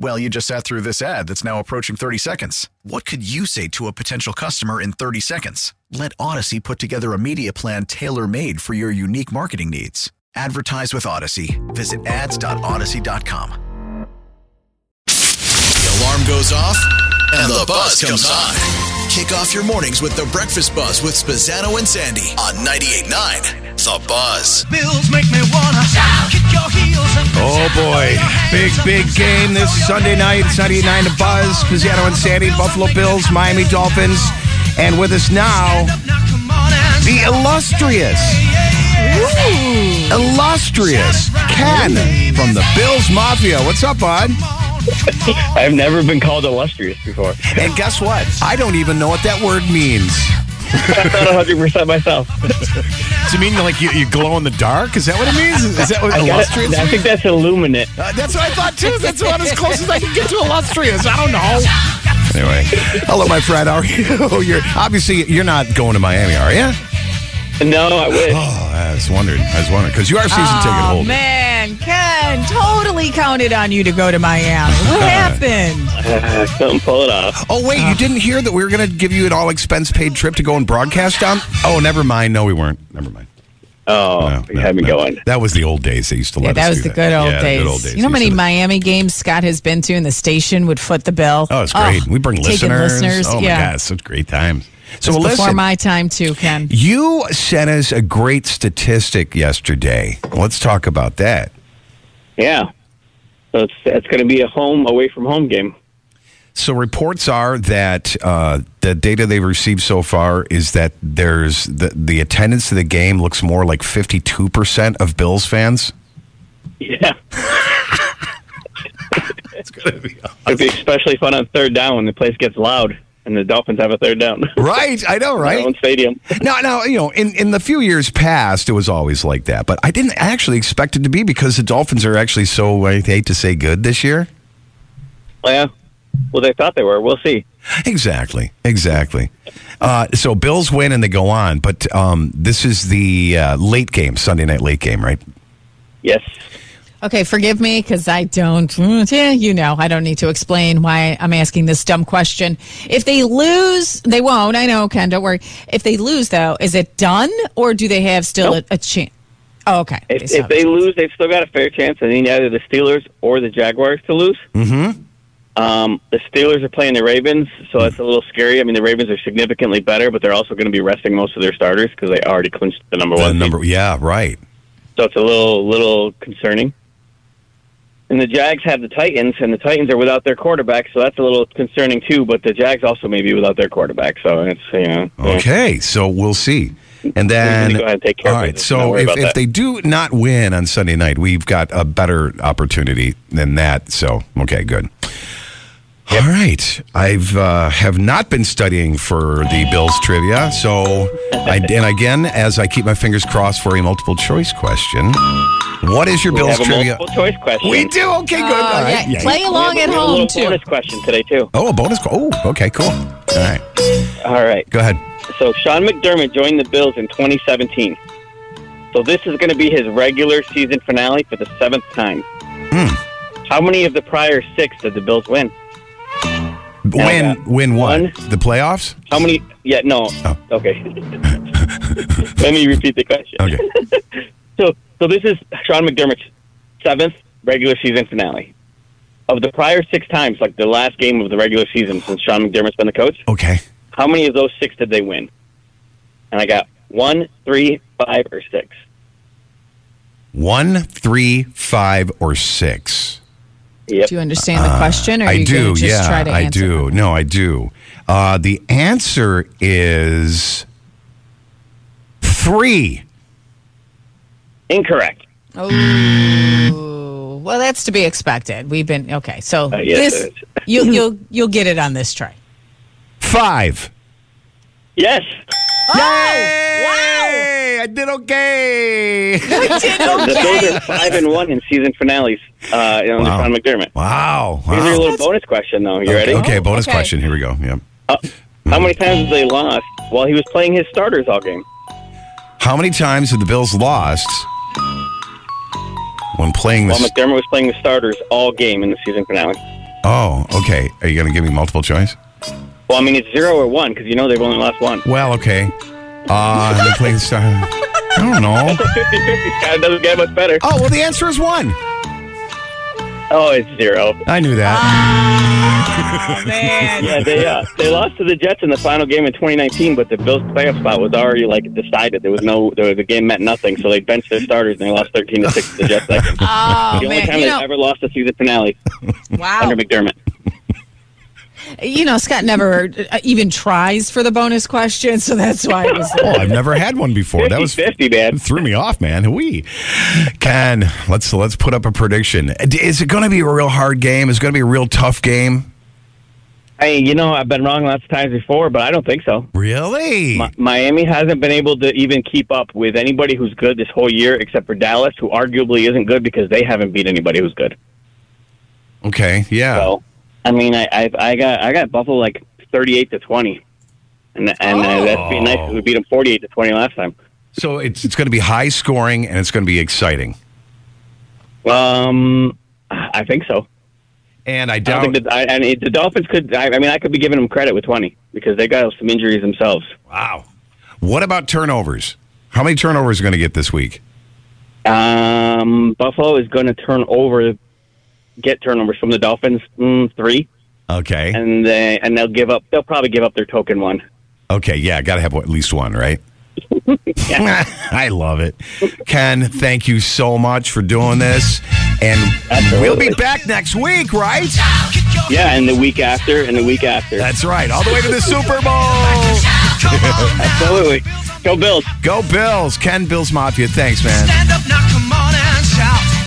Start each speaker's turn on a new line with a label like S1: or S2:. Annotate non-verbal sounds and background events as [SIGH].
S1: Well, you just sat through this ad that's now approaching 30 seconds. What could you say to a potential customer in 30 seconds? Let Odyssey put together a media plan tailor made for your unique marketing needs. Advertise with Odyssey. Visit ads.odyssey.com.
S2: The alarm goes off, and the buzz comes on. Kick off your mornings with the breakfast buzz with Spazzano and Sandy on 98.9 The Buzz.
S3: Bills make me wanna kick your heels and
S4: Oh boy. Big, big game this Sunday night. It's 99 to Buzz, Pizziano and Sandy, Buffalo Bills, Miami Dolphins. And with us now,
S3: Now come on and
S4: the illustrious, illustrious Ken from the Bills
S3: [LAUGHS]
S4: Mafia. What's up, bud?
S5: I've never been called illustrious before. [LAUGHS]
S4: And guess what? I don't even know what that word means.
S5: That's not 100 percent myself.
S6: Does it mean like you, you glow in the dark? Is that what it means? Is that
S4: [LAUGHS]
S6: what illustrious?
S5: [LAUGHS] I think that's illuminate.
S6: Uh, that's what I thought too. That's about as close as I can get to illustrious. I don't know.
S4: Anyway, hello, my friend. How
S6: [LAUGHS]
S4: are you? You're obviously you're not going to Miami, are you?
S5: No, I wish.
S4: Oh, I was wondering. I was wondering because you are a season ticket
S7: Oh
S4: holder.
S7: man, Ken totally counted on you to go to Miami.
S4: [LAUGHS]
S7: What happened?
S5: [LAUGHS] I couldn't pull it off.
S4: Oh wait, you didn't hear that we were going to give you an all expense paid trip to go and broadcast down? Oh, never mind. No, we weren't. Never mind.
S5: Oh,
S4: No,
S5: you
S4: no,
S5: had me
S4: no.
S5: going.
S4: That was the old days. They used to let
S7: Yeah, that
S4: us
S7: was
S4: do
S7: the good old,
S4: Yeah, the
S7: days.
S4: good old days.
S7: You know how
S4: They
S7: many
S4: used to-
S7: Miami games Scott has been to, and the station would foot the bill.
S4: Oh, it's great. we bring
S7: taking
S4: listeners.
S7: listeners,
S4: Oh
S7: yeah.
S4: my god, such great times. So
S7: It was before
S4: listen,
S7: my time too, Ken.
S4: you sent us a great statistic yesterday. Let's talk about that.
S5: Yeah. So it's that's going to be a home away from home game. [LAUGHS]
S4: So reports are that uh, the data they've received so far is that there's the the attendance to the game looks more like fifty two percent of Bills fans.
S5: Yeah. it's going to be. It'd be especially fun on third down when the place gets loud and the Dolphins have a third down. [LAUGHS]
S4: Right, I know,
S5: Their own stadium.
S4: Now, now you know, in in the few years past, it was always like that. But I didn't actually expect it to be because the Dolphins are actually so I hate to say good this year.
S5: Yeah. Well, they thought they were. We'll see.
S4: Exactly, exactly. Uh, so Bills win and they go on. But um, this is the uh, late game, Sunday night late game, right?
S5: Yes.
S7: Okay, forgive me because I don't. mm, Yeah, you know, I don't need to explain why I'm asking this dumb question. If they lose, they won't. I know, Ken. Don't worry. If they lose, though, is it done, or do they have still
S5: Nope.
S7: a, a chance? Oh, okay.
S5: If,
S7: still
S5: if
S7: have a
S5: they
S7: chance.
S5: lose, they've still got a fair chance. I need either the Steelers or the Jaguars to lose. Mm-hmm. Um, the Steelers are playing the Ravens, so that's a little scary. I mean, the Ravens are significantly better, but they're also going to be resting most of their starters because they already clinched the number
S4: The
S5: one. seed.
S4: number, yeah, right.
S5: So it's a little little concerning. And the Jags have the Titans, and the Titans are without their quarterback, so that's a little concerning too. But the Jags also may be without their quarterback, so it's you know. yeah.
S4: Okay, so we'll see. And then,
S5: We're gonna go ahead and take care of
S4: all right.
S5: business. Don't
S4: So
S5: worry
S4: if,
S5: about
S4: if
S5: that.
S4: they do not win on Sunday night, we've got a better opportunity than that. So okay, good. All right, I've uh, have not been studying for the Bills trivia. So, I, and again, as I keep my fingers crossed for a multiple choice question, what is your
S5: We
S4: Bills
S5: have a
S4: trivia?
S5: multiple choice question.
S4: We do. Okay, good.
S7: Oh,
S4: all right.
S7: yeah, Play
S5: We have-
S7: along
S5: we
S7: at
S5: have a
S7: home
S5: little
S7: too.
S5: Bonus question today too.
S4: Oh, a bonus. Oh, okay, cool. All right,
S5: All right.
S4: go ahead.
S5: So Sean McDermott joined the Bills in 2017. So this is going to be his regular season finale for the seventh time.
S4: Hmm.
S5: How many of the prior six did the Bills win? I
S4: Win,
S5: got
S4: win one.
S5: one.
S4: The playoffs.
S5: How many? Yeah, no.
S4: Oh.
S5: Okay. [LAUGHS] Let me repeat the question.
S4: Okay.
S5: [LAUGHS] So, so this is Sean McDermott's seventh regular season finale. Of the prior six times, like the last game of the regular season since Sean McDermott's been the coach,
S4: Okay.
S5: how many of those six did they win? And I got one, three, five, five, or six.
S4: One, three, five, or six.
S5: Yep.
S7: Do you understand the question? Or are
S4: Uh, I
S7: you gonna
S4: do.
S7: Just
S4: yeah,
S7: try to
S4: I
S7: answer?
S4: do. No, I do. Uh, the answer is three.
S5: Incorrect.
S7: Oh, well, that's to be expected. We've been okay. So
S5: Uh, yes,
S7: this
S5: it is. [LAUGHS]
S7: you, you'll you'll get it on this try.
S4: Five.
S5: Yes.
S4: Yay! I did
S5: [LAUGHS]
S4: okay.
S5: Th- Those are five and one in season finales uh, under
S4: Wow.
S5: Sean McDermott.
S4: wow.
S5: Here's your
S4: wow.
S5: little bonus question, though. You
S4: Okay,
S5: ready?
S4: okay, bonus
S7: okay.
S4: question. Here we go. Yep.
S5: How many times have they lost while he was playing his starters all game?
S4: How many times have the Bills lost when playing
S5: While
S4: this?
S5: McDermott was playing the starters all game in the season finale.
S4: Oh, okay. Are you going to give me multiple choice?
S5: Well, I mean, it's zero or one because you know they've only lost one.
S4: Well, okay. Uh, they
S5: [LAUGHS]
S4: played. Star- I don't know.
S5: 50 50 Scott. It doesn't get much better.
S4: Oh well, the answer is one.
S5: Oh, it's zero.
S4: I knew that.
S5: Ah. Yeah, they uh, they lost to the Jets in the final game in 2019, but the Bills' playoff spot was already like decided. There was no the, the game meant nothing, so they benched their starters and they lost 13 to six to the Jets. That game.
S7: Oh
S5: the only
S7: man,
S5: time
S7: you
S5: they've
S7: know, Oh.
S5: ever lost a season finale
S7: wow.
S5: under McDermott.
S7: You know, Scott never uh, even tries for the bonus question, so that's why it was.
S4: Oh, I've never had one
S5: Oh,
S4: before. That
S5: [LAUGHS]
S4: was
S5: 50 man.
S4: It threw me off, man. We can let's let's put up a prediction. Is it going to be a real hard game? Is it going to be a real tough game?
S5: Hey, you know I've been wrong lots of times before, but I don't think so.
S4: Really?
S5: Mi- Miami hasn't been able to even keep up with anybody who's good this whole year, except for Dallas, who arguably isn't good because they haven't beat anybody who's good.
S4: okay,
S7: Oh.
S4: yeah.
S5: So, I mean, I, I I got I got Buffalo like thirty-eight to twenty, and and uh, that's be nice. 'cause We beat them forty-eight to twenty last time.
S4: So it's it's going to be high scoring and it's going to be exciting.
S5: Um, I think so.
S4: And I
S5: I
S4: doubt.
S5: don't think that I, and it, the Dolphins could. I, I mean, I could be giving them credit with twenty because they got some injuries themselves.
S4: wow. What about turnovers? How many turnovers are going to get this week?
S5: Um, Buffalo is going to turn over, get turnovers from the Dolphins mm, three,
S4: Okay.
S5: and they and they'll give up. They'll probably give up their token one.
S4: Okay, yeah, got to have at least one, right? [LAUGHS] I love it. Ken, thank you so much for doing this. And we'll be
S5: Absolutely.
S4: back next week, right?
S5: Yeah, and the week after, and the week after.
S4: That's right. All the way to the Super Bowl.
S5: Absolutely. Go Bills.
S4: Go Bills. Ken Bills Mafia. Thanks, man.
S3: Stand up now, come on and shout.